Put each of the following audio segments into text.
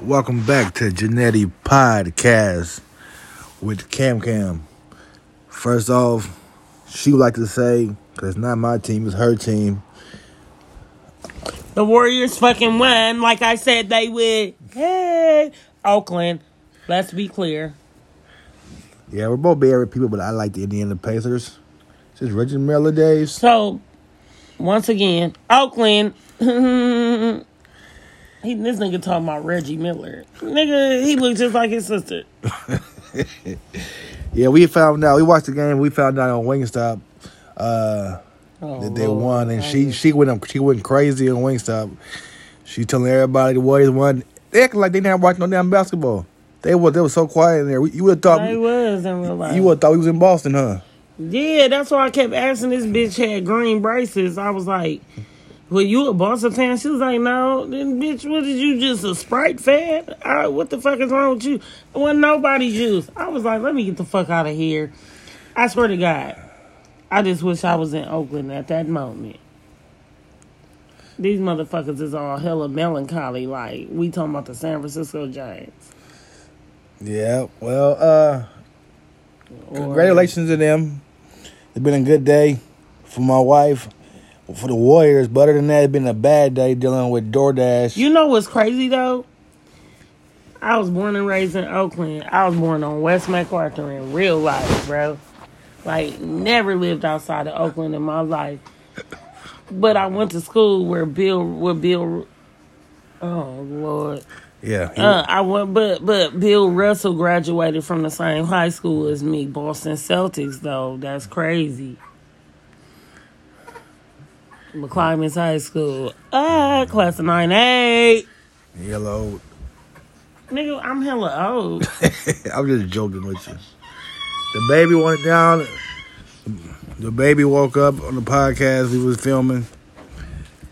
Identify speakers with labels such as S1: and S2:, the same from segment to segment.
S1: Welcome back to Genetti Podcast with Cam Cam. First off, she would like to say, 'cause it's not my team, it's her team.
S2: The Warriors fucking won, like I said they would. Hey, Oakland. Let's be clear.
S1: Yeah, we're both Bay Area people, but I like the Indiana Pacers. Since Reggie Miller days.
S2: So, once again, Oakland. he, this nigga talking about Reggie Miller. Nigga, he looked just like his sister.
S1: Yeah, we found out. We watched the game. We found out on Wingstop uh,
S2: Oh,
S1: that they
S2: Lord.
S1: won, and she she went she went crazy on Wingstop. She telling everybody the Warriors won. They acting like they not watching no damn basketball. They were they were so quiet in there. We- You would have thought
S2: They was in real life.
S1: You would have thought we was in Boston, huh?
S2: Yeah, that's why I kept asking this bitch had green braces. I was like, Well, you a Boston fan? She was like, No, then bitch, what did you just a Sprite fan? I, what the fuck is wrong with you? It wasn't nobody juice. I was like, Let me get the fuck out of here. I swear to God. I just wish I was in Oakland at that moment. These motherfuckers is all hella melancholy, like we talking about the San Francisco Giants.
S1: Yeah. Well, uh,
S2: Or-
S1: congratulations to them. It's been a good day for my wife, for the Warriors. But other than that, it's been a bad day dealing with DoorDash.
S2: You know what's crazy though? I was born and raised in Oakland. I was born on West MacArthur in real life, bro. Like never lived outside of Oakland in my life. But I went to school where Bill where Bill Oh Lord.
S1: yeah. he-
S2: Uh, I went but but Bill Russell graduated from the same high school as me, Boston Celtics though. That's crazy. McClymon's High School. Uh class of nine eight.
S1: Yellow.
S2: Nigga, I'm hella old.
S1: I'm just joking with you. The baby went down. The baby woke up on the podcast we was filming,
S2: my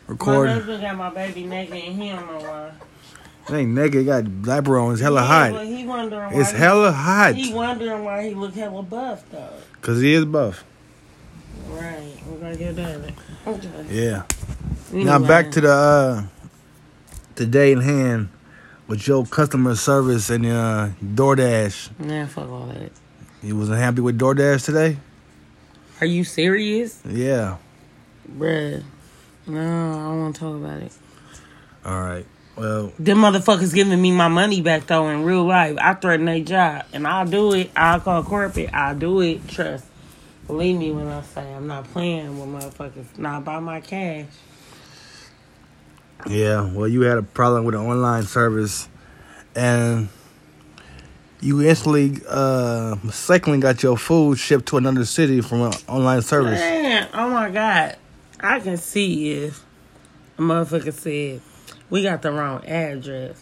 S1: recording.
S2: husband got my baby naked and he don't know why.
S1: It ain't naked. He got diaper on. It's hella
S2: yeah,
S1: hot.
S2: But he wondering why
S1: It's
S2: he-
S1: hella hot
S2: He wondering why he look hella buff though.
S1: because he is buff.
S2: Right. We're gonna get that. Okay.
S1: Yeah. Now back to the uh, the day in hand with your customer service and uh, DoorDash.
S2: Nah, fuck all that.
S1: You wasn't happy with DoorDash today?
S2: Are you serious?
S1: Yeah.
S2: Bruh. No, I don't wanna talk about it.
S1: All right. Well,
S2: Them motherfuckers giving me my money back though in real life. I threaten their job and I'll do it. I'll call corporate. I'll do it. Trust. Believe me when I say I'm not playing with motherfuckers. Not by my cash.
S1: yeah. Well, you had a problem with the online service, and you instantly uh, mistakenly got your food shipped to another city from an online service.
S2: Man, oh my God. I can see if a motherfucker said, we got the wrong address.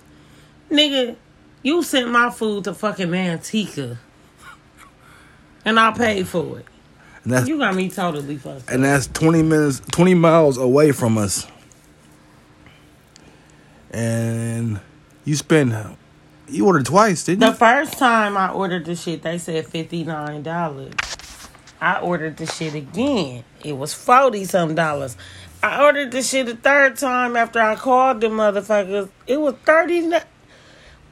S2: Nigga, you sent my food to fucking Antica. And I paid for it.
S1: And that's
S2: You got me totally fucked up.
S1: and that's 20 minutes 20 miles away from us and you spend you ordered twice didn't
S2: The
S1: you
S2: first time I ordered the shit, they said $59. I ordered the shit again. It was 40 some dollars. I ordered the shit a third time after I called them motherfuckers. It was 30 na-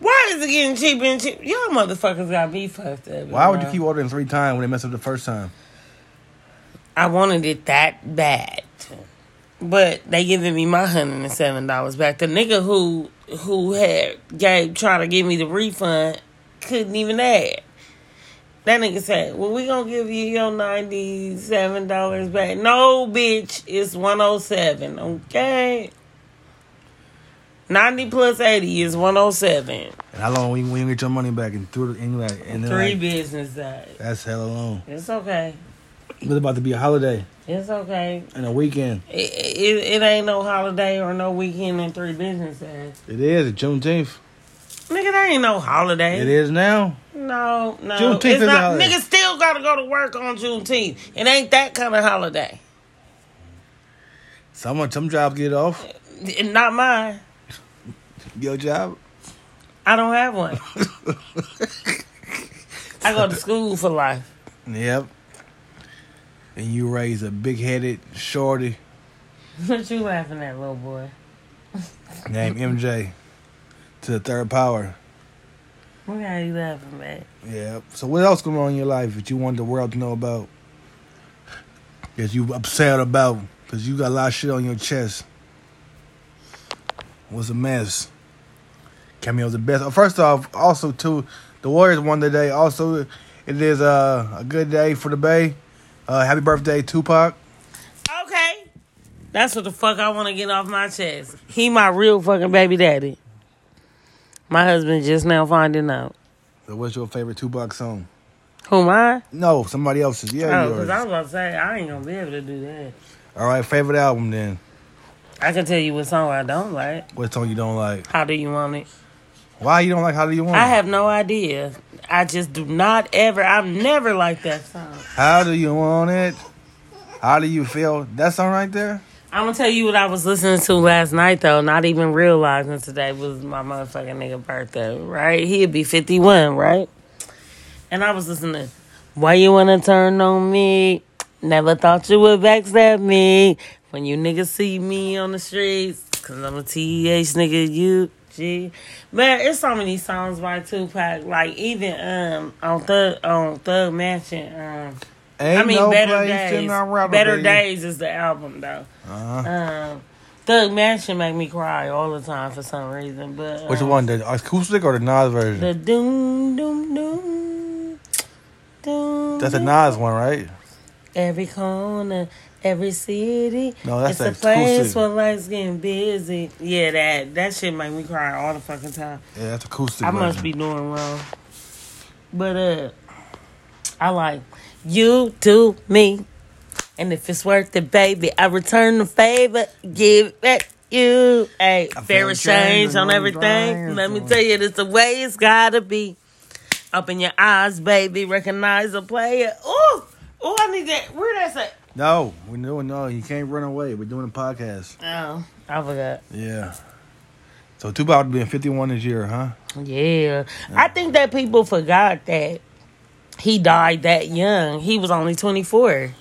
S2: Why is it getting cheaper and cheaper? Y'all motherfuckers got me fucked up.
S1: why would you
S2: bro.
S1: keep ordering three times when they messed up the first time
S2: I wanted it that bad. But they giving me my hundred and seven dollars back. The nigga who who had gave trying to give me the refund couldn't even add. That nigga said, Well we gonna give you your ninety seven dollars back. No bitch, it's one oh seven, okay? Ninety plus eighty is one oh seven.
S1: and how long we we gonna get your money back and through the and like and then
S2: Three
S1: like,
S2: business days.
S1: that's hella long
S2: It's okay.
S1: it's about to be a holiday
S2: It's okay.
S1: and a weekend
S2: It, it, it ain't no holiday or no weekend and three business days.
S1: it is Juneteenth
S2: Nigga, that ain't no holiday.
S1: it is now
S2: No, no.
S1: Juneteenth
S2: it's
S1: is a
S2: not.
S1: holiday.
S2: Niggas still gotta go to work on Juneteenth. It ain't that kind of holiday.
S1: some some jobs get off
S2: It- Not mine.
S1: your job
S2: I don't have one. I go to school for life.
S1: yep and you raise a big headed shorty
S2: What you laughing at, little boy?
S1: named MJ to the third power.
S2: Why are you laughing, man?
S1: Yeah. So what else going on in your life that you want the world to know about? That you upset about? Cause you got a lot of shit on your chest. Was a mess. Cameo's the best. Oh, First off, also too, the Warriors won today. Also, it is uh, a good day for the Bay. Uh, happy birthday, Tupac.
S2: Okay. That's what the fuck I want to get off my chest. He my real fucking baby daddy. My husband just now finding out.
S1: So what's your favorite Tupac song?
S2: Who am I?
S1: No, somebody else's. Yeah,
S2: Oh,
S1: yours.
S2: because I was about to say, I ain't going to be able to do that.
S1: All right, favorite album then.
S2: I can tell you what song I don't like.
S1: What song you don't like?
S2: How do you want it?
S1: Why you don't like How Do You Want
S2: I
S1: It?
S2: have no idea. I just do not ever, I've never liked that song.
S1: How do you want it? How do you feel? That song right there?
S2: I'm gonna tell you what I was listening to last night though, not even realizing today was my motherfucking nigga birthday, right? He'd be 51, right? And I was listening, why you wanna turn on me? Never thought you would backstab me when you niggas see me on the streets, cause I'm a TH nigga, you. G. Man, it's so many songs by Tupac. Like even um on Thug on Thug Mansion. Um,
S1: Ain't
S2: I mean
S1: no
S2: Better
S1: place in
S2: Days.
S1: our rattle,
S2: Better
S1: baby.
S2: Days is the album though.
S1: Uh-huh.
S2: Um, Thug Mansion make me cry all the time for some reason. But
S1: Which
S2: uh,
S1: one, the acoustic or the Nas version?
S2: The doom doom doom doom.
S1: That's the Nas one, right?
S2: Every corner, every city.
S1: No, that's
S2: it's a
S1: the
S2: place
S1: acoustic.
S2: where life's getting busy. Yeah, that that shit make me cry all the fucking time.
S1: Yeah, that's acoustic.
S2: I must be
S1: version.
S2: doing wrong. But uh, I like you to me, and if it's worth it, baby, I return the favor, give it back you. Hey,
S1: I feel
S2: fair
S1: changed
S2: exchange on
S1: and
S2: everything.
S1: I'm
S2: Let me
S1: glad.
S2: tell you, it's the way it's gotta be. Open your eyes, baby. Recognize a player. Ooh, ooh, I need that. Where that's at?
S1: No, we're doing no. You can't run away. We're doing a podcast.
S2: Oh, I forgot.
S1: Yeah. So Tupac would be 51 this year, huh?
S2: Yeah. I think that people forgot that he died that young. He was only 24.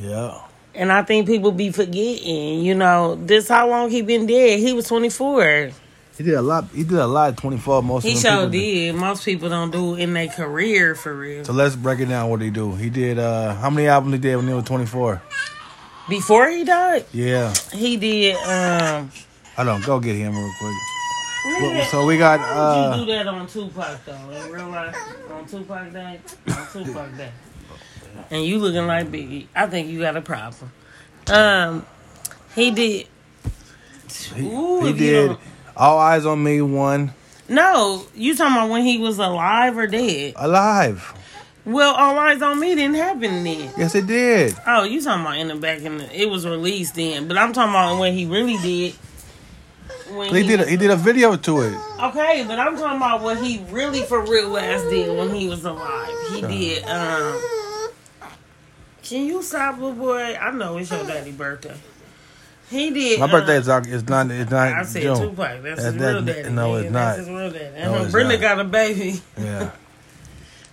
S1: Yeah.
S2: And I think people be forgetting, you know, this how long he been dead. He was 24.
S1: He did a lot. He did a lot at 24. Most of
S2: He
S1: them
S2: sure
S1: people
S2: did. Most people don't do in their career for real.
S1: So let's break it down. What he do? He did uh how many albums he did when he was 24?
S2: Before he died,
S1: Yeah.
S2: he did um
S1: Hold on. Go get him real quick. Well,
S2: nigga,
S1: so we got
S2: Why would
S1: uh
S2: you do that on Tupac though? In real life, on Tupac Day, on Tupac Day, and you looking like Biggie. I think you got a problem. Um, he did.
S1: he,
S2: Ooh,
S1: he
S2: if you
S1: did
S2: don't-
S1: All Eyes on Me one
S2: No, you talking about when he was alive or dead?
S1: alive.
S2: Well, All Eyes on Me didn't happen then.
S1: Yes, it did.
S2: Oh, you talking about in the back in the, it was released then, but I'm talking about when he really did. When
S1: He did. A,
S2: was-
S1: he did a video to it.
S2: Okay, but I'm talking about what he really for real ass did when he was alive. He did um Can you stop little boy? I know it's your daddy birthday. He did
S1: My
S2: uh,
S1: birthday is Oc- it's not it's
S2: I
S1: not
S2: said
S1: June.
S2: Tupac. That's,
S1: That's
S2: his real
S1: that-
S2: daddy.
S1: no,
S2: nigga.
S1: it's not.
S2: That's his real daddy.
S1: No,
S2: Uh-huh.
S1: it's
S2: Brenda
S1: not.
S2: got a baby.
S1: Yeah.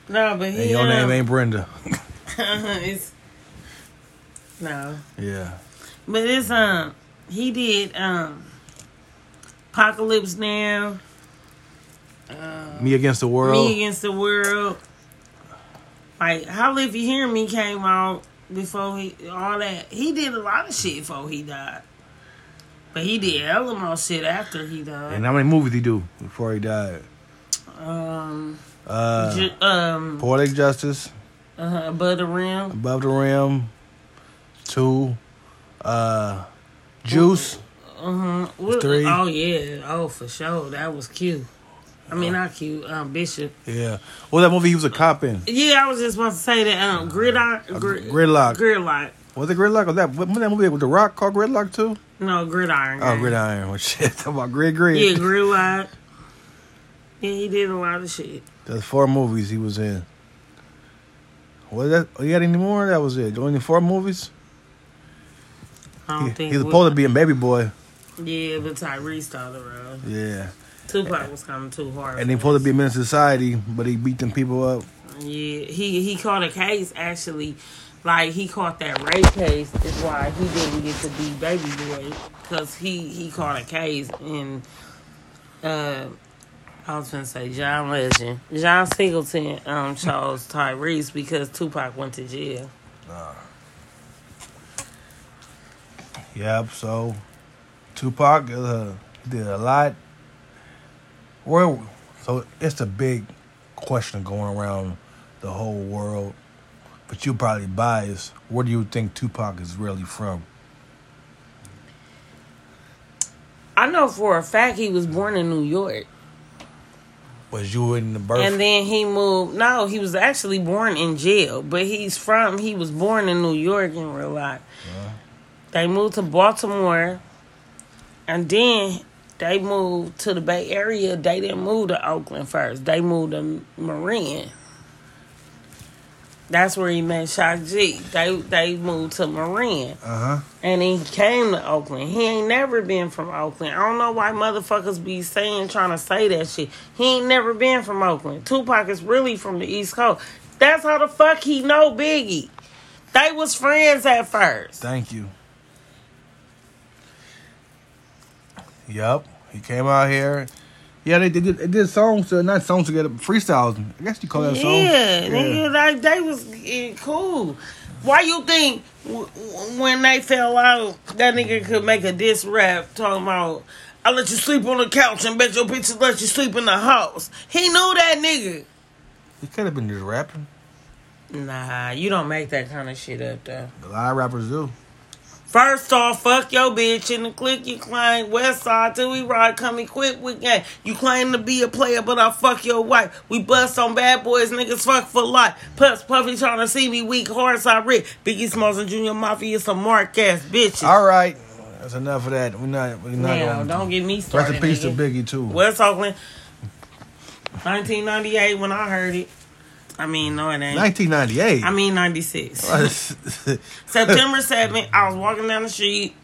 S2: No, but he
S1: And your name
S2: um,
S1: ain't Brenda.
S2: it's no.
S1: Yeah.
S2: But it's um he did um Apocalypse Now, uh,
S1: Me against the world.
S2: Me Against the World. Like Holla If You Hear Me came out before he all that. He did a lot of shit before he died. But he did hella more shit after he
S1: and
S2: died.
S1: how many movies he do before he died?
S2: Um
S1: Uh,
S2: ju- um
S1: Poetic Justice,
S2: uh, Above the Rim.
S1: Above the Rim, two, uh, Juice.
S2: Uh-huh. What-
S1: Three.
S2: Oh yeah. Oh for sure. That was cute. I mean
S1: Uh-huh.
S2: not cute, um Bishop.
S1: Yeah. Well, that movie he was a cop in.
S2: Yeah, I was just about to say that um gridiron gri-
S1: Gridlock.
S2: gridlock.
S1: Was it Gridlock? Was that wasn't that movie with The Rock called Gridlock too?
S2: No, gridiron.
S1: Oh,
S2: gang.
S1: Gridiron. Well, shit. Talk about Grid Grid.
S2: Yeah, gridlock. Yeah, he did a lot of shit.
S1: There's four movies he was in. Was that? oh, You got any more? That was it. Only four movies.
S2: I
S1: He,
S2: don't think
S1: he's supposed to be in Baby Boy.
S2: be. Yeah, but Tyrese started around.
S1: Yeah.
S2: Tupac was coming too hard.
S1: And he supposed to be a man of society, but he beat them people up.
S2: Yeah, he he caught a case actually, like he caught that rape case. Is why he didn't get to be baby boy because he he caught a case and uh, I was gonna say John Legend, John Singleton, um, chose Tyrese because Tupac went to jail.
S1: Yep. So, Tupac uh, did a lot. Where, so it's a big question going around the whole world, but you probably biased. Where do you think Tupac is really from?
S2: I know for a fact he was born in New York,
S1: Was you in the birth?
S2: and then he moved. No, he was actually born in jail, but he's from. He was born in New York in real life. They moved to Baltimore, and then they moved to the Bay Area. They didn't move to Oakland first. They moved to Marin. That's where he met Shock G. They they moved to Marin.
S1: uh huh.
S2: And he came to Oakland. He ain't never been from Oakland. I don't know why motherfuckers be saying, trying to say that shit. He ain't never been from Oakland. Tupac is really from the East Coast. That's how the fuck he know Biggie. They was friends at first.
S1: Thank you. Yep, he came out here. Yeah, they did. They did songs, uh, not songs together, but freestyles. I guess you call that songs.
S2: Yeah, nigga, like they was eh, cool. Why you think w- w- when they fell out, that nigga could make a diss rap talking about, I let you sleep on the couch and bet your bitches let you sleep in the house. He knew that nigga.
S1: He could have been just rapping.
S2: Nah, you don't make that kind of shit up though.
S1: A lot of rappers do.
S2: First off, fuck your bitch and the click you claim. West side till we ride, come equipped with gang. You claim to be a player, but I fuck your wife. We bust on bad boys, niggas fuck for life. Plus, Puffy trying to see me weak, hard side rip. Biggie Smalls and Junior Mafia some mark ass bitches.
S1: All right, that's enough of that. We're not. We're not.
S2: Now,
S1: gonna-
S2: don't get me
S1: Rest
S2: started.
S1: in peace to
S2: nigga.
S1: Biggie too.
S2: West Oakland, 1998 when I heard it. I mean, no, it ain't.
S1: 1998.
S2: I mean, 96.
S1: mean,
S2: September 7th, I was walking down the street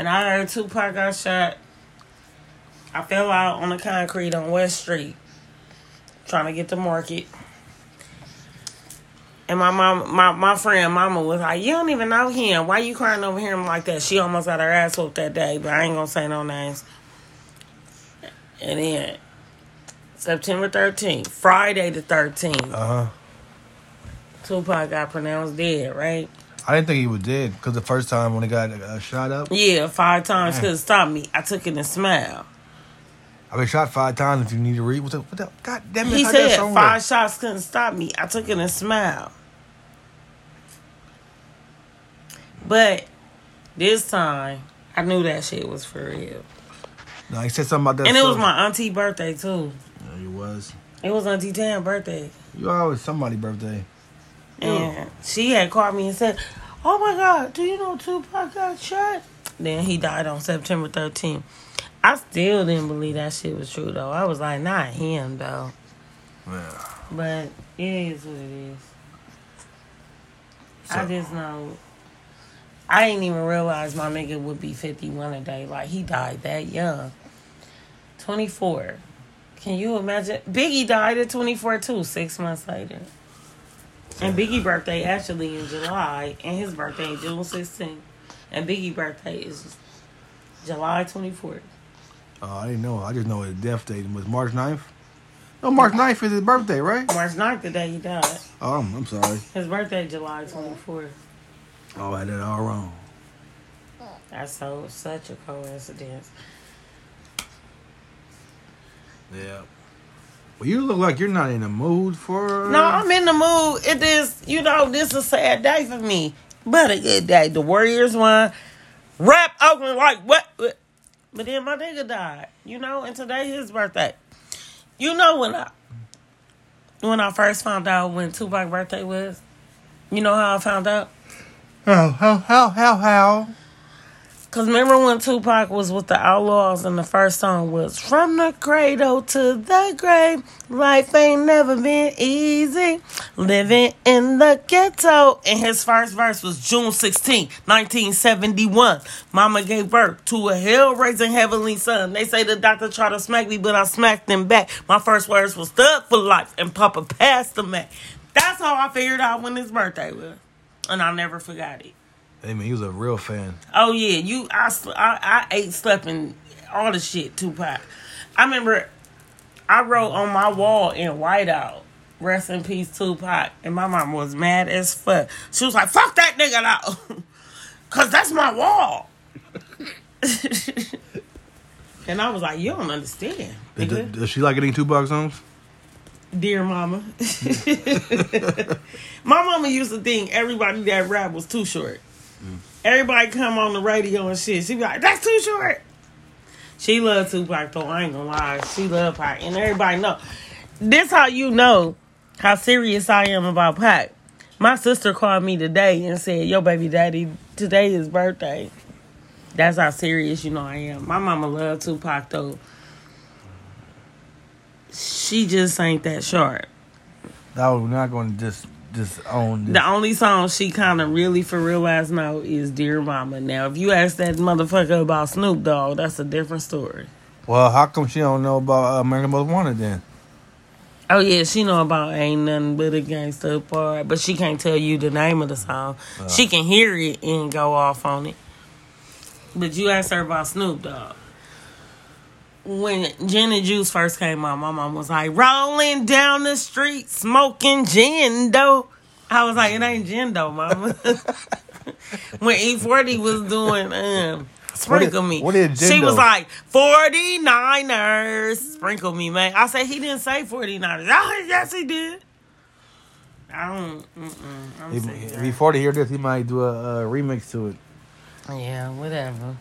S2: and I heard Tupac got shot. I fell out on the concrete on West Street trying to get to market. And my mom, my, my friend, mama was like, "You don't even know him. Why you crying over him like that?" She almost got her ass whooped that day, but I ain't gonna say no names. And then September thirteenth, Friday the thirteenth,
S1: uh huh.
S2: Tupac got pronounced dead. Right?
S1: I didn't think he was dead because the first time when he got uh, shot up,
S2: Yeah, five times
S1: Dang.
S2: couldn't stop me. I took it and smiled.
S1: I've been shot five times. If you need to read, what the, what the God damn it?
S2: He
S1: how'd that
S2: said
S1: song go?
S2: five shots couldn't stop me. I took it and smiled. But this time, I knew that shit was for real.
S1: No, he said something about that.
S2: And it was
S1: song.
S2: my auntie birthday too.
S1: Yeah, It Uh, was.
S2: It was Auntie Tan's birthday.
S1: You always somebody's birthday.
S2: And she had called me and said, Oh my God, do you know Tupac got shot? Then he died on September 13th. I still didn't believe that shit was true though. I was like, not him though.
S1: Yeah.
S2: But it is what it is. I
S1: So-
S2: just know. I didn't even realize my nigga would be 51 today. Like, he died that young. 24. Can you imagine? Biggie died at 24, too, six months later. And Biggie birthday actually in July, and his birthday is June 16th. And Biggie birthday is July 24th.
S1: Oh, I didn't know. I just know his death date was March 9th. No, March 9th is his birthday, right?
S2: March 9th, the day he died.
S1: Oh, I'm, I'm sorry.
S2: His birthday, July 24th.
S1: Oh, I did it all wrong.
S2: That's so such a coincidence.
S1: Yeah. Well, you look like you're not in the mood for.
S2: No, I'm in the mood. It is, you know, this is a sad day for me, but a good day. The Warriors won. Rap Oakland like what? what? But then my nigga died, you know, and today his birthday. You know when I when I first found out when Tupac's birthday was. You know how I found out?
S1: How, how, how, how, how?
S2: Cause remember when Tupac was with the Outlaws and the first song was From the Cradle to the Grave. Life ain't never been easy. Living in the ghetto. And his first verse was June 16, 1971. Mama gave birth to a hell raising heavenly son. They say the doctor tried to smack me, but I smacked him back. My first words was thug for life and Papa passed the Mac. That's how I figured out when his birthday was. And I never forgot it.
S1: Hey, man, he was a real fan.
S2: Oh yeah, you I sl- I, I ate slept and all the shit Tupac. I remember I wrote on my wall in whiteout, rest in peace Tupac, and my mom was mad as fuck. She was like, "Fuck that nigga out, cause that's my wall." and I was like, "You don't understand,
S1: Did,
S2: nigga.
S1: does she like getting two bucks songs?
S2: dear mama." my mama used to think everybody that rap was too short. Everybody come on the radio and shit. She be like, "That's too short." She loved Tupac though. I ain't gonna lie, she loved Pac, and everybody know. This how you know how serious I am about Pac. My sister called me today and said, "Yo, baby daddy, today is birthday." That's how serious you know I am. My mama loved Tupac though. She just ain't that short.
S1: No, we're not going to just just own this.
S2: The only song she kind of really for real ass know is "Dear Mama." Now, if you ask that motherfucker about Snoop Dogg, that's a different story.
S1: Well, how come she don't know about uh, American Most Wanted then?
S2: Oh yeah, she know about ain't nothing but a gangsta part, but she can't tell you the name of the song. she can hear it and go off on it. But you asked her about Snoop Dogg. When Gin and Juice first came out, my mom was like, "Rolling down the street, smoking gin though." I was like, "It ain't gin though, mama." when E Forty was doing um, sprinkle me,
S1: what is Gin
S2: she was
S1: Doe?
S2: like, 49ers, sprinkle me, man. I said he didn't say 49ers. Oh, yes, he did. I don't. Mm-mm, I'm
S1: If,
S2: sick of
S1: if
S2: that.
S1: he forty hear this, he might do a, a remix to it.
S2: Yeah, whatever.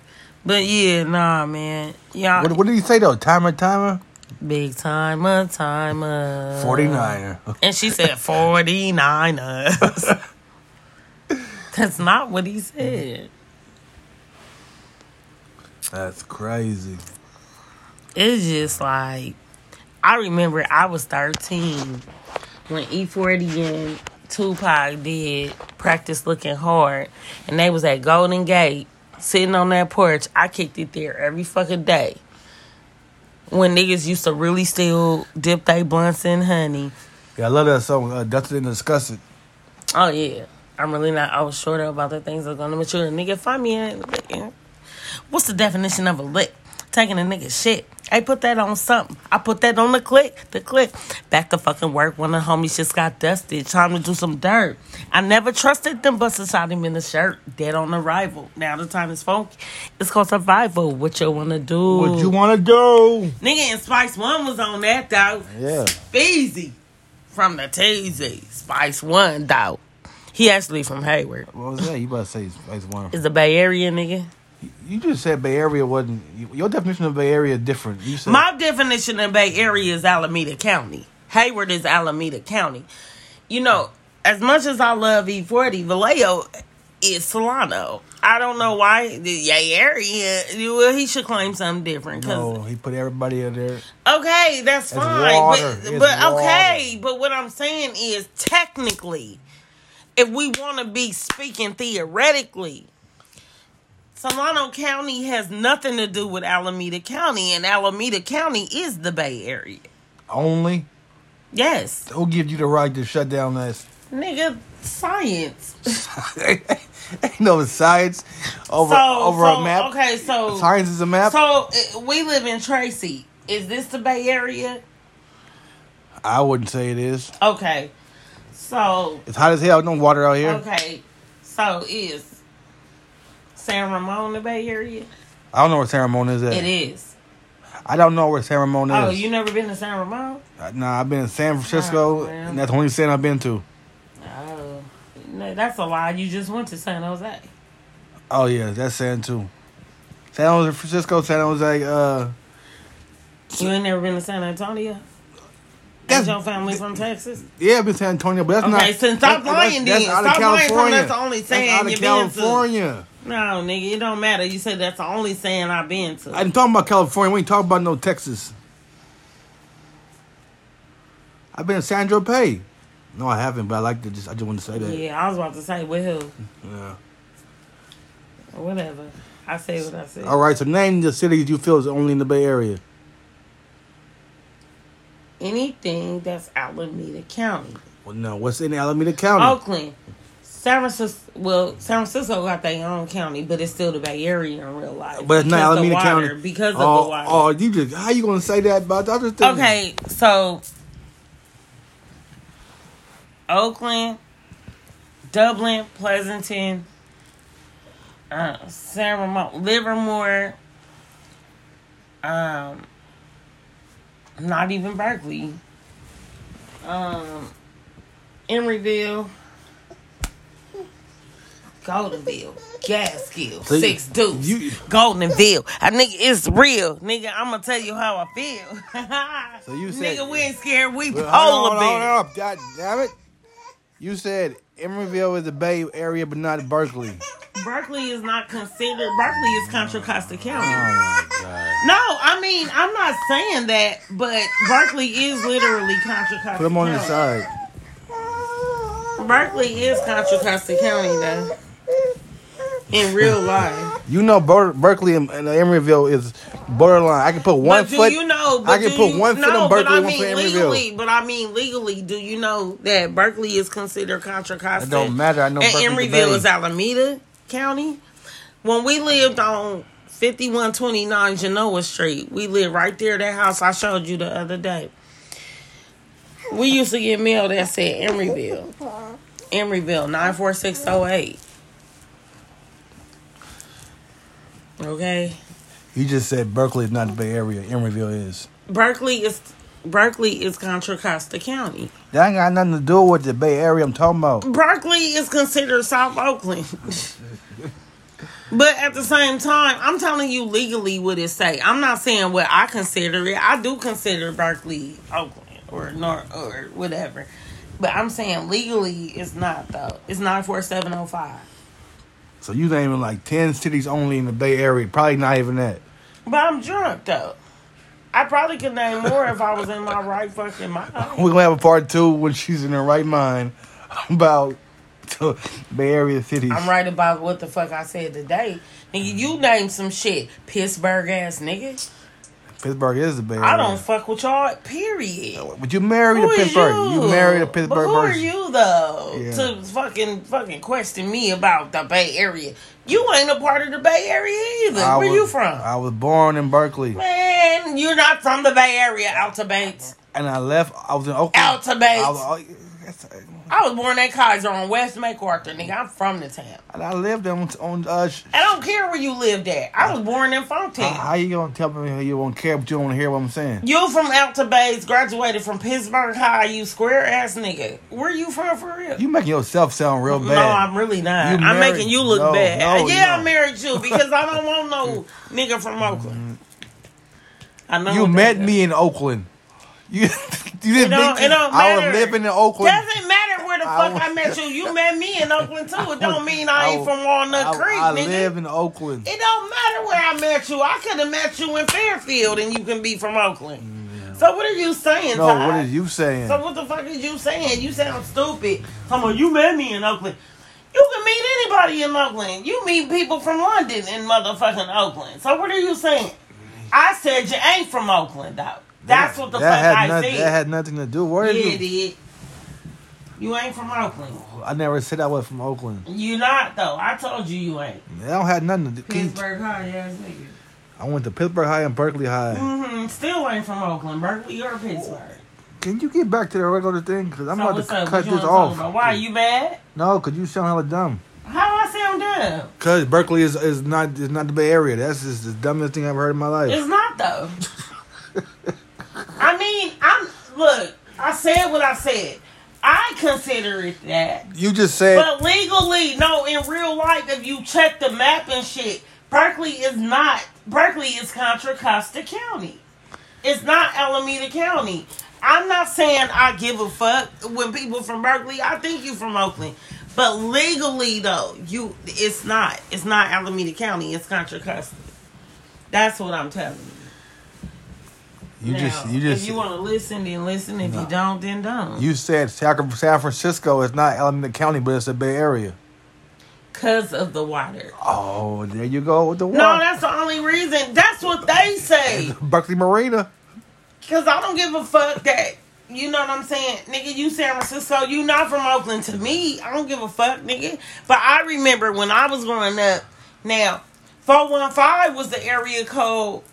S2: But yeah, nah, man. Y'all,
S1: What, what did he say though? Timer, timer,
S2: big timer, timer.
S1: forty nine.
S2: And she said 49ers. That's not what he said.
S1: That's crazy.
S2: It's just like I remember I was thirteen when E forty and Tupac did practice looking hard and they was at Golden Gate sitting on that porch. I kicked it there every fucking day. When niggas used to really still dip they blunts in honey.
S1: Yeah, I love that song. Uh, Dustin didn't discuss it.
S2: Oh yeah. I'm really not I was shorter about the things that are gonna mature. Nigga, find me in What's the definition of a lick? Taking a nigga shit. I put that on something. I put that on the click, the click. Back to fucking work when the homies just got dusted. Time to do some dirt. I never trusted them busters shot him in the shirt. Dead on arrival. Now the time is funky. It's called survival. What you wanna do?
S1: What you wanna do?
S2: Nigga and Spice One was on that though.
S1: Yeah.
S2: Speezy from the TZ. Spice One though. He actually from Hayward.
S1: What was that? You about to say Spice One?
S2: Is a Bay Area nigga.
S1: You just said Bay Area wasn't. you- Your definition of Bay Area different. You said
S2: My definition of Bay Area is Alameda County. Hayward is Alameda County. You know, as much as I love E40, Vallejo is Solano. I don't know why the Bay Area. Well, he should claim something different. 'cause-
S1: no. oh, He put everybody in there.
S2: Okay, that's
S1: It's
S2: fine.
S1: water.
S2: But,
S1: It's
S2: but
S1: water.
S2: okay, but what I'm saying is technically, if we want to be speaking theoretically, Solano County has nothing to do with Alameda County, and Alameda County is the Bay Area.
S1: Only
S2: Yes,
S1: who gives you the right to shut down that?
S2: nigga, science.
S1: Ain't no science over
S2: so,
S1: over
S2: so,
S1: a map.
S2: Okay, so
S1: Science is a map.
S2: so uh, we live in Tracy. Is this the Bay Area?
S1: I wouldn't say it is.
S2: Okay, so
S1: It's hot as hell. No water out here.
S2: Okay, so is San Ramon the Bay Area?
S1: I don't know where San Ramon is at.
S2: It is.
S1: I don't know where San Ramon is.
S2: Oh, you never been to San Ramon?
S1: Uh, Nah, I've been in San Francisco,
S2: Oh, man.
S1: and that's the only city I've been to.
S2: Oh, no, that's a lie. You just went to San Jose.
S1: Oh yeah, that's San too. San Jose, Francisco, San Jose. Uh,
S2: You ain't never been to San Antonio.
S1: That's-
S2: That's your family from Texas.
S1: yeah, I've been to San Antonio, but that's
S2: Okay,
S1: not.
S2: since
S1: that-
S2: I'm lying,
S1: that's, that's
S2: then.
S1: out of
S2: Stop lying, tell me
S1: California.
S2: that's the only saying
S1: out of
S2: you've been to.
S1: California.
S2: No, nigga, it don't matter. You said that's the only saying I've been to.
S1: I'm talking about California. We ain't talking about no Texas. I've been in San Tropez. No, I haven't, but I like to just. I just want to say that.
S2: yeah, I was about to say with who,
S1: Yeah.
S2: whatever. I say what I say.
S1: All right. So name the cities you feel is only in the Bay Area.
S2: Anything that's Alameda County.
S1: Well, no. What's in Alameda County?
S2: Oakland, San Francisco, well, San Francisco got their own county, but it's still the Bay Area in real life.
S1: But it's not
S2: Because the
S1: Alameda
S2: water-
S1: County
S2: because of
S1: oh,
S2: the water.
S1: Oh, you just how you gonna say that about I just think-
S2: Okay, so Oakland, Dublin, Pleasanton, uh, San Ramon, Livermore, um, not even Berkeley, um, Emeryville, Goldenville, Gaskill,
S1: So you-
S2: Six Dukes,
S1: you-
S2: Goldenville. I nigga, it's real, nigga. I'm gonna tell you how I feel.
S1: So you said-
S2: nigga, we ain't scared. We
S1: Well,
S2: polar
S1: hold on, hold
S2: bears.
S1: on, God damn it! You said Emeryville is the Bay Area, but not Berkeley.
S2: Berkeley is not considered. Berkeley is Contra Costa County.
S1: Oh my god!
S2: No, I mean I'm not saying that, but Berkeley is literally Contra Costa.
S1: Put them on the
S2: County.
S1: side.
S2: Berkeley is Contra Costa County though. In real life,
S1: You know, Ber- Berkeley and, and Emeryville is borderline. I can put one
S2: but do
S1: foot.
S2: you know? But
S1: I can
S2: do
S1: put
S2: you-
S1: one foot
S2: no,
S1: on
S2: but
S1: Berkeley,
S2: I
S1: one
S2: mean
S1: foot in
S2: legally,
S1: Emeryville.
S2: But I mean legally, do you know that Berkeley is considered Contra Costa?
S1: It don't matter. I know
S2: and
S1: Berkeley's the
S2: Emeryville
S1: Bay.
S2: is Alameda County. When we lived on 5129 Genoa Street, we lived right there, that house I showed you the other day. We used to get mail that said Emeryville. Emeryville, 94608. Okay.
S1: You just said Berkeley is not the Bay Area. Emeryville is.
S2: Berkeley is Berkeley is Contra Costa County.
S1: That ain't got nothing to do with the Bay Area. I'm talking about.
S2: Berkeley is considered South Oakland. but at the same time, I'm telling you legally what it say. I'm not saying what I consider it. I do consider Berkeley Oakland or North or whatever. But I'm saying legally it's not though. It's nine four seven oh five.
S1: So you naming like ten cities only in the Bay Area. Probably not even that.
S2: But I'm drunk though. I probably could name more if I was in my right fucking mind.
S1: We're gonna have a part two when she's in her right mind about the Bay Area cities.
S2: I'm right about what the fuck I said today. Nigga,
S1: Mm-hmm.
S2: you name some shit. Pittsburgh ass nigga.
S1: Pittsburgh is the Bay Area.
S2: I don't fuck with y'all, period.
S1: But Mm-hmm. you married
S2: Who
S1: a
S2: is
S1: Pittsburgh. You? married a
S2: But
S1: Pittsburgh
S2: who
S1: person.
S2: are you though
S1: Yeah.
S2: to fucking fucking question me about the Bay Area? You ain't a part of the Bay Area either.
S1: I
S2: Where
S1: was-
S2: you from?
S1: I was born in Berkeley,
S2: Man, you're not from the Bay Area. Out to Bates.
S1: and I left. I was in Oakland.
S2: Out to Bates.
S1: I, was- oh, I- that's-
S2: I was born at Kaiser on West MacArthur, nigga. I'm from the town.
S1: and I lived on on. Uh, sh-
S2: I don't care where you lived at. I
S1: Uh-huh.
S2: was born in
S1: how,
S2: Fountain.
S1: how you gonna tell me you don't care, but you don't wanna hear what I'm saying?
S2: You from out to Bays, graduated from Pittsburgh High, you square ass nigga. Where you from for real?
S1: You making yourself sound real
S2: No,
S1: bad.
S2: I'm really not.
S1: You
S2: I'm
S1: married-
S2: making you look
S1: no,
S2: bad.
S1: no,
S2: yeah,
S1: no.
S2: I married you because I don't want no nigga from Oakland. I know
S1: you
S2: that.
S1: met me in Oakland. You you didn't
S2: It don't-
S1: think
S2: it don't
S1: I was
S2: matter.
S1: living in Oakland.
S2: Doesn't matter where the
S1: I
S2: fuck
S1: was-
S2: I met you. You met me in Oakland too. It don't mean I, ain't
S1: was-
S2: from Walnut
S1: I-
S2: Creek,
S1: I
S2: nigga.
S1: live in Oakland.
S2: It don't matter where I met you. I could have met you in Fairfield, and you can be from Oakland. So what are you saying?
S1: Mm, no,
S2: Ty?
S1: what is you saying?
S2: So what the fuck is you saying? You sound stupid. Come on, you met me in Oakland. You can meet anybody in Oakland. You meet people from London in motherfucking Oakland. So what are you saying? I said you ain't from Oakland, though. That's what the
S1: that
S2: fuck
S1: had
S2: I
S1: noth-
S2: said.
S1: That had nothing to do. Where
S2: yeah,
S1: is
S2: it
S1: you?
S2: did. You ain't from Oakland.
S1: I never said I was from Oakland.
S2: You not though. I told you you ain't.
S1: That don't have nothing to do.
S2: Pittsburgh high ass nigga.
S1: I went to Pittsburgh High and Berkeley High.
S2: Mm-hmm. Still ain't from Oakland, Berkeley or Pittsburgh.
S1: Can you get back to the regular thing? Cause I'm
S2: so
S1: about
S2: what's
S1: to
S2: up?
S1: cut
S2: What you
S1: this
S2: wanna talk
S1: off.
S2: about? Why you mad?
S1: No, cause you sound hella dumb.
S2: How I sound dumb?
S1: Cause Berkeley is, is not is not the Bay Area. That's just the dumbest thing I've heard in my life.
S2: It's not though. I mean, I'm look. I said what I said. I consider it that,
S1: you just said
S2: but legally, no. In real life, if you check the map and shit, Berkeley is not. Berkeley is Contra Costa County. It's not Alameda County. I'm not saying I give a fuck when people from Berkeley. I think you from Oakland, but legally though, you it's not. It's not Alameda County. It's Contra Costa. That's what I'm telling you.
S1: you
S2: Now,
S1: just you just
S2: if
S1: you,
S2: you want to listen, then listen. If you don't, then don't.
S1: said Sac- San Francisco is not Alameda County, but it's the Bay Area.
S2: Cause of the water.
S1: Oh, there you go with the water.
S2: No, that's the only reason. That's what they say.
S1: Berkeley Marina.
S2: Cause I don't give a fuck that You know what I'm saying? Nigga, you San Francisco, you not from Oakland. To me, I don't give a fuck, nigga. But I remember when I was growing up, now, 415 was the area code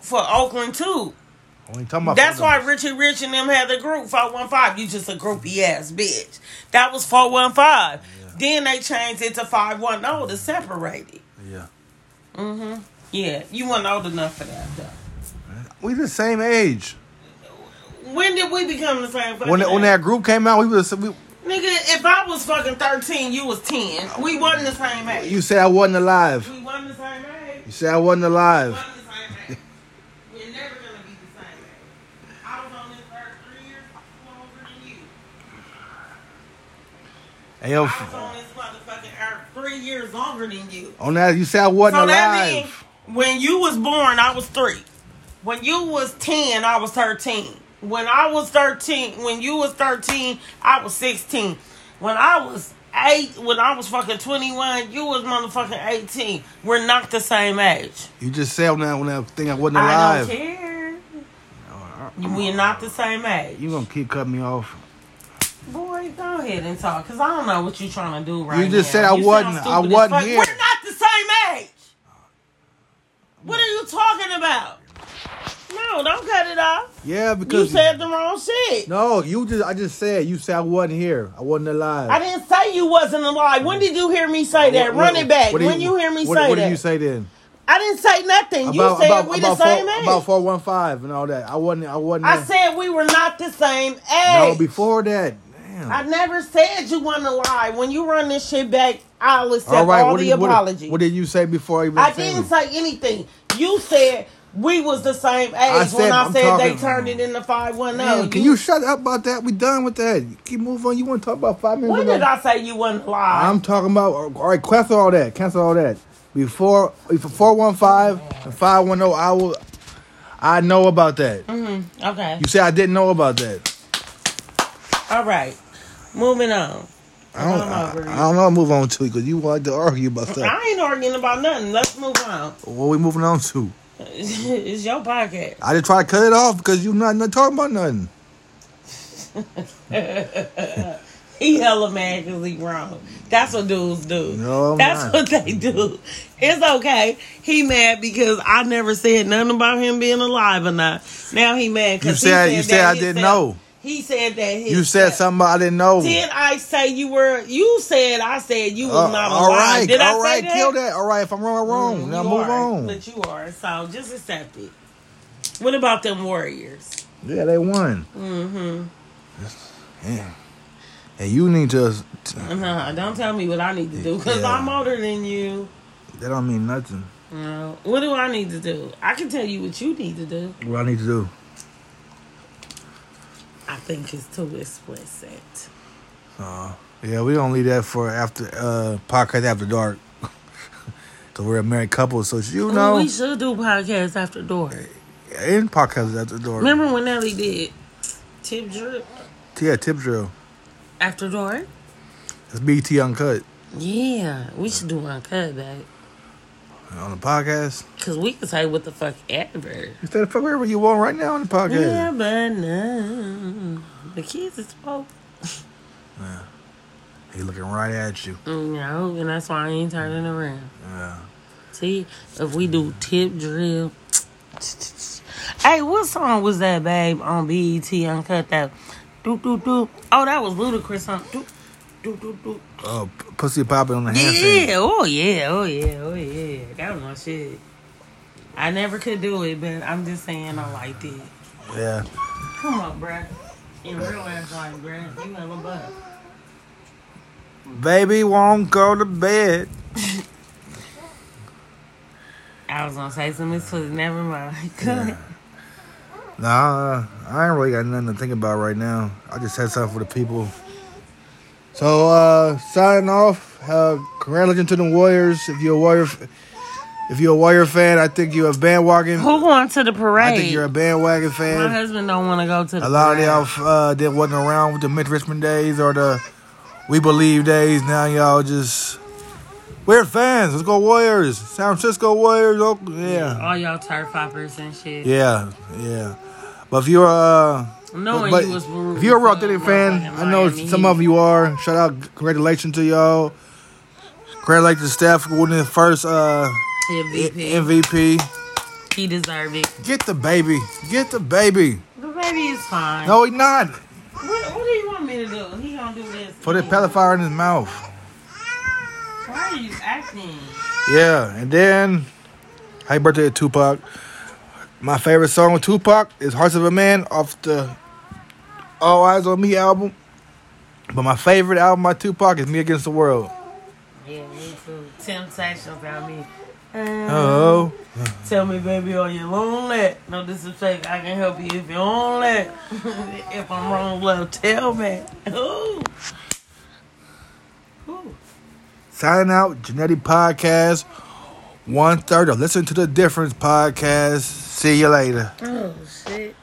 S2: for Oakland, too.
S1: I ain't talking about
S2: That's
S1: fucking-
S2: why Richie Rich and them had the group 415. You just a groupie ass bitch. That was 415. Then they changed it to 510 to separate it.
S1: Yeah.
S2: Yeah, you weren't old enough for that, though.
S1: We the same age.
S2: When did we become the same fucking
S1: When that, when
S2: age?
S1: that group came out, we was we,
S2: Nigga, if I was fucking 13, you was 10. We wasn't the same age.
S1: Oh, you said I wasn't alive.
S2: We wasn't the same age.
S1: You said I wasn't alive.
S2: wasn't the same age. We're never gonna be the same age. I was on this earth three years longer than you.
S1: Hey, yo,
S2: I was on this motherfucking earth three years longer than you.
S1: on that you said I wasn't
S2: So that means
S1: alive.
S2: when you was born, I was three. When you was ten, I was thirteen. When I was thirteen, when you was thirteen, I was sixteen. When I was eight, when I was fucking twenty one, you was motherfucking eighteen. We're not the same age.
S1: You just said on that when that thing I wasn't
S2: I don't
S1: alive.
S2: care. We're not the same age.
S1: you gonna keep cutting me off.
S2: Boy, go ahead and talk, cause I don't know what you trying to do right now.
S1: You just said I
S2: sound
S1: wasn't- I
S2: stupid as
S1: wasn't
S2: fuck.
S1: here.
S2: We're not the same age. What are you talking about? No, don't cut it off.
S1: Yeah,
S2: You
S1: because
S2: said the wrong shit.
S1: no, you just I just said you said I wasn't here. I wasn't alive.
S2: I didn't say you wasn't alive. When did you hear me say that?
S1: What-
S2: Run
S1: what-
S2: it back.
S1: what do
S2: when you hear me
S1: what,
S2: say
S1: what
S2: that,
S1: did you say then?
S2: I didn't say nothing. you said we the
S1: about
S2: same
S1: four,
S2: age.
S1: About four one five and all that. I wasn't. I wasn't.
S2: I
S1: there.
S2: said we were not the same age.
S1: no before that. Damn.
S2: I never said you want to lie. When you run this shit back, I'll accept all,
S1: all right. what,
S2: the
S1: did, what,
S2: apology.
S1: what did you say before I even?
S2: I
S1: said
S2: didn't
S1: it?
S2: say anything. You said we was the same age
S1: said-
S2: when I
S1: I'm
S2: said they
S1: talking-
S2: turned it into five one oh. zero.
S1: Man, can you shut up about that? We done with that. Keep moving on. You want to talk about five minutes?
S2: When
S1: ago?
S2: did I say you wasn't alive?
S1: I'm talking about. All right, cancel all that. Cancel all that. Before, before four one five and five one zero, I will. I know about that.
S2: okay.
S1: You say I didn't know about that.
S2: All right. Moving on.
S1: I don't.
S2: I'm
S1: I,
S2: over
S1: I don't know. Move on to because you like to argue about that.
S2: I ain't arguing about nothing. Let's move on.
S1: What we moving on to?
S2: it's your podcast.
S1: I just try to cut it off because you not, not talking about nothing.
S2: He hella mad because he wrong. That's what dudes do.
S1: No, I'm
S2: That's
S1: not.
S2: what they do. It's okay. He mad because I never said nothing about him being alive or not. Now he mad
S1: You
S2: because
S1: said-
S2: he said
S1: you said
S2: that
S1: I didn't
S2: himself.
S1: know.
S2: He said that himself.
S1: You said something I didn't know.
S2: Did I say you were? You said I said you was
S1: Uh,
S2: not alive.
S1: all right,
S2: Did I
S1: all
S2: say
S1: right,
S2: that? Mm,
S1: kill that. All right, if I'm wrong, I'm wrong.
S2: You
S1: now move
S2: are,
S1: on.
S2: But you are. So just accept it. What about them Warriors?
S1: Yeah, they won. Mm-hmm. And you need to. t-
S2: Uh-huh. Don't tell me what I need to do because
S1: Yeah.
S2: I'm older than you.
S1: That don't mean nothing.
S2: No. What do I need to do? I can tell you what you need to do.
S1: What I need to do?
S2: I think it's too explicit.
S1: Uh, yeah, we don't leave that for after uh podcast after dark. Cause we're a married couple, so you know,
S2: Oh, We should do podcasts after dark.
S1: in podcasts after dark.
S2: Remember when Nelly did Tip Drip
S1: Yeah, tip drill.
S2: after dark?
S1: It's BT uncut
S2: Yeah, we should do uncut, babe.
S1: on the podcast.
S2: Cause we can say what the fuck ever.
S1: You stay the fuck wherever you want right now on the podcast.
S2: Yeah, but no. The kids is spoke.
S1: He looking right at you.
S2: No, and that's why I ain't turning around.
S1: Yeah.
S2: See, if we do tip drill. Hey, what song was that, babe, on BET Uncut that? Do, do, do. Oh, that was Ludacris on. Do, do, do, do.
S1: Uh, p- pussy popping on the handstand.
S2: Yeah, oh, yeah, oh, yeah, oh, yeah. That was my shit. I never could do it, but I'm just saying I liked it.
S1: Yeah.
S2: Come on, bruh. In real life, like, bruh, you have a butt.
S1: Baby won't go to bed.
S2: I was gonna say something too. Never mind. Go ahead.
S1: Nah, I ain't really got nothing to think about right now. I just had something for the people. So, uh, signing off. Uh, congratulations to the Warriors. If you're a Warrior, f- if you're a Warrior fan, I think you're a bandwagon.
S2: Who going to the parade?
S1: I think you're a bandwagon
S2: My
S1: fan.
S2: husband don't want to go to
S1: A
S2: the
S1: lot of
S2: parade.
S1: y'all uh, that wasn't around with the Mitch Richmond days or the We Believe days. Now y'all just we're fans. Let's go Warriors. San Francisco Warriors. Oh, yeah.
S2: All y'all turf hoppers and shit.
S1: Yeah, yeah. But if you're uh, a
S2: Knowing
S1: But
S2: you was Baruch
S1: if you're a real
S2: from
S1: authentic fan,
S2: motherfucking
S1: I know
S2: Miami
S1: some
S2: Heat.
S1: of you are. Shout out, congratulations to y'all. Congratulations to Steph for winning the first uh,
S2: MVP.
S1: MVP.
S2: He deserved it.
S1: Get the baby. Get the baby.
S2: The baby is fine.
S1: No, he's not.
S2: What, what do you want me to do? He gonna do this.
S1: Put a pellet fire in his mouth.
S2: Why are you acting?
S1: Yeah, and then, happy birthday to Tupac. My favorite song with Tupac is Hearts of a Man off the All Eyes on Me album. But my favorite album by Tupac is Me Against the World.
S2: Yeah, me too. Temptations on me. Uh,
S1: Oh,
S2: Tell me, baby, are you lonely? No disrespect, I can help you if you're lonely. if I'm wrong, love, tell me. Ooh. Ooh.
S1: signing out, Genetic Podcast, one third of Listen to the Difference Podcast. See you later.
S2: Oh, shit.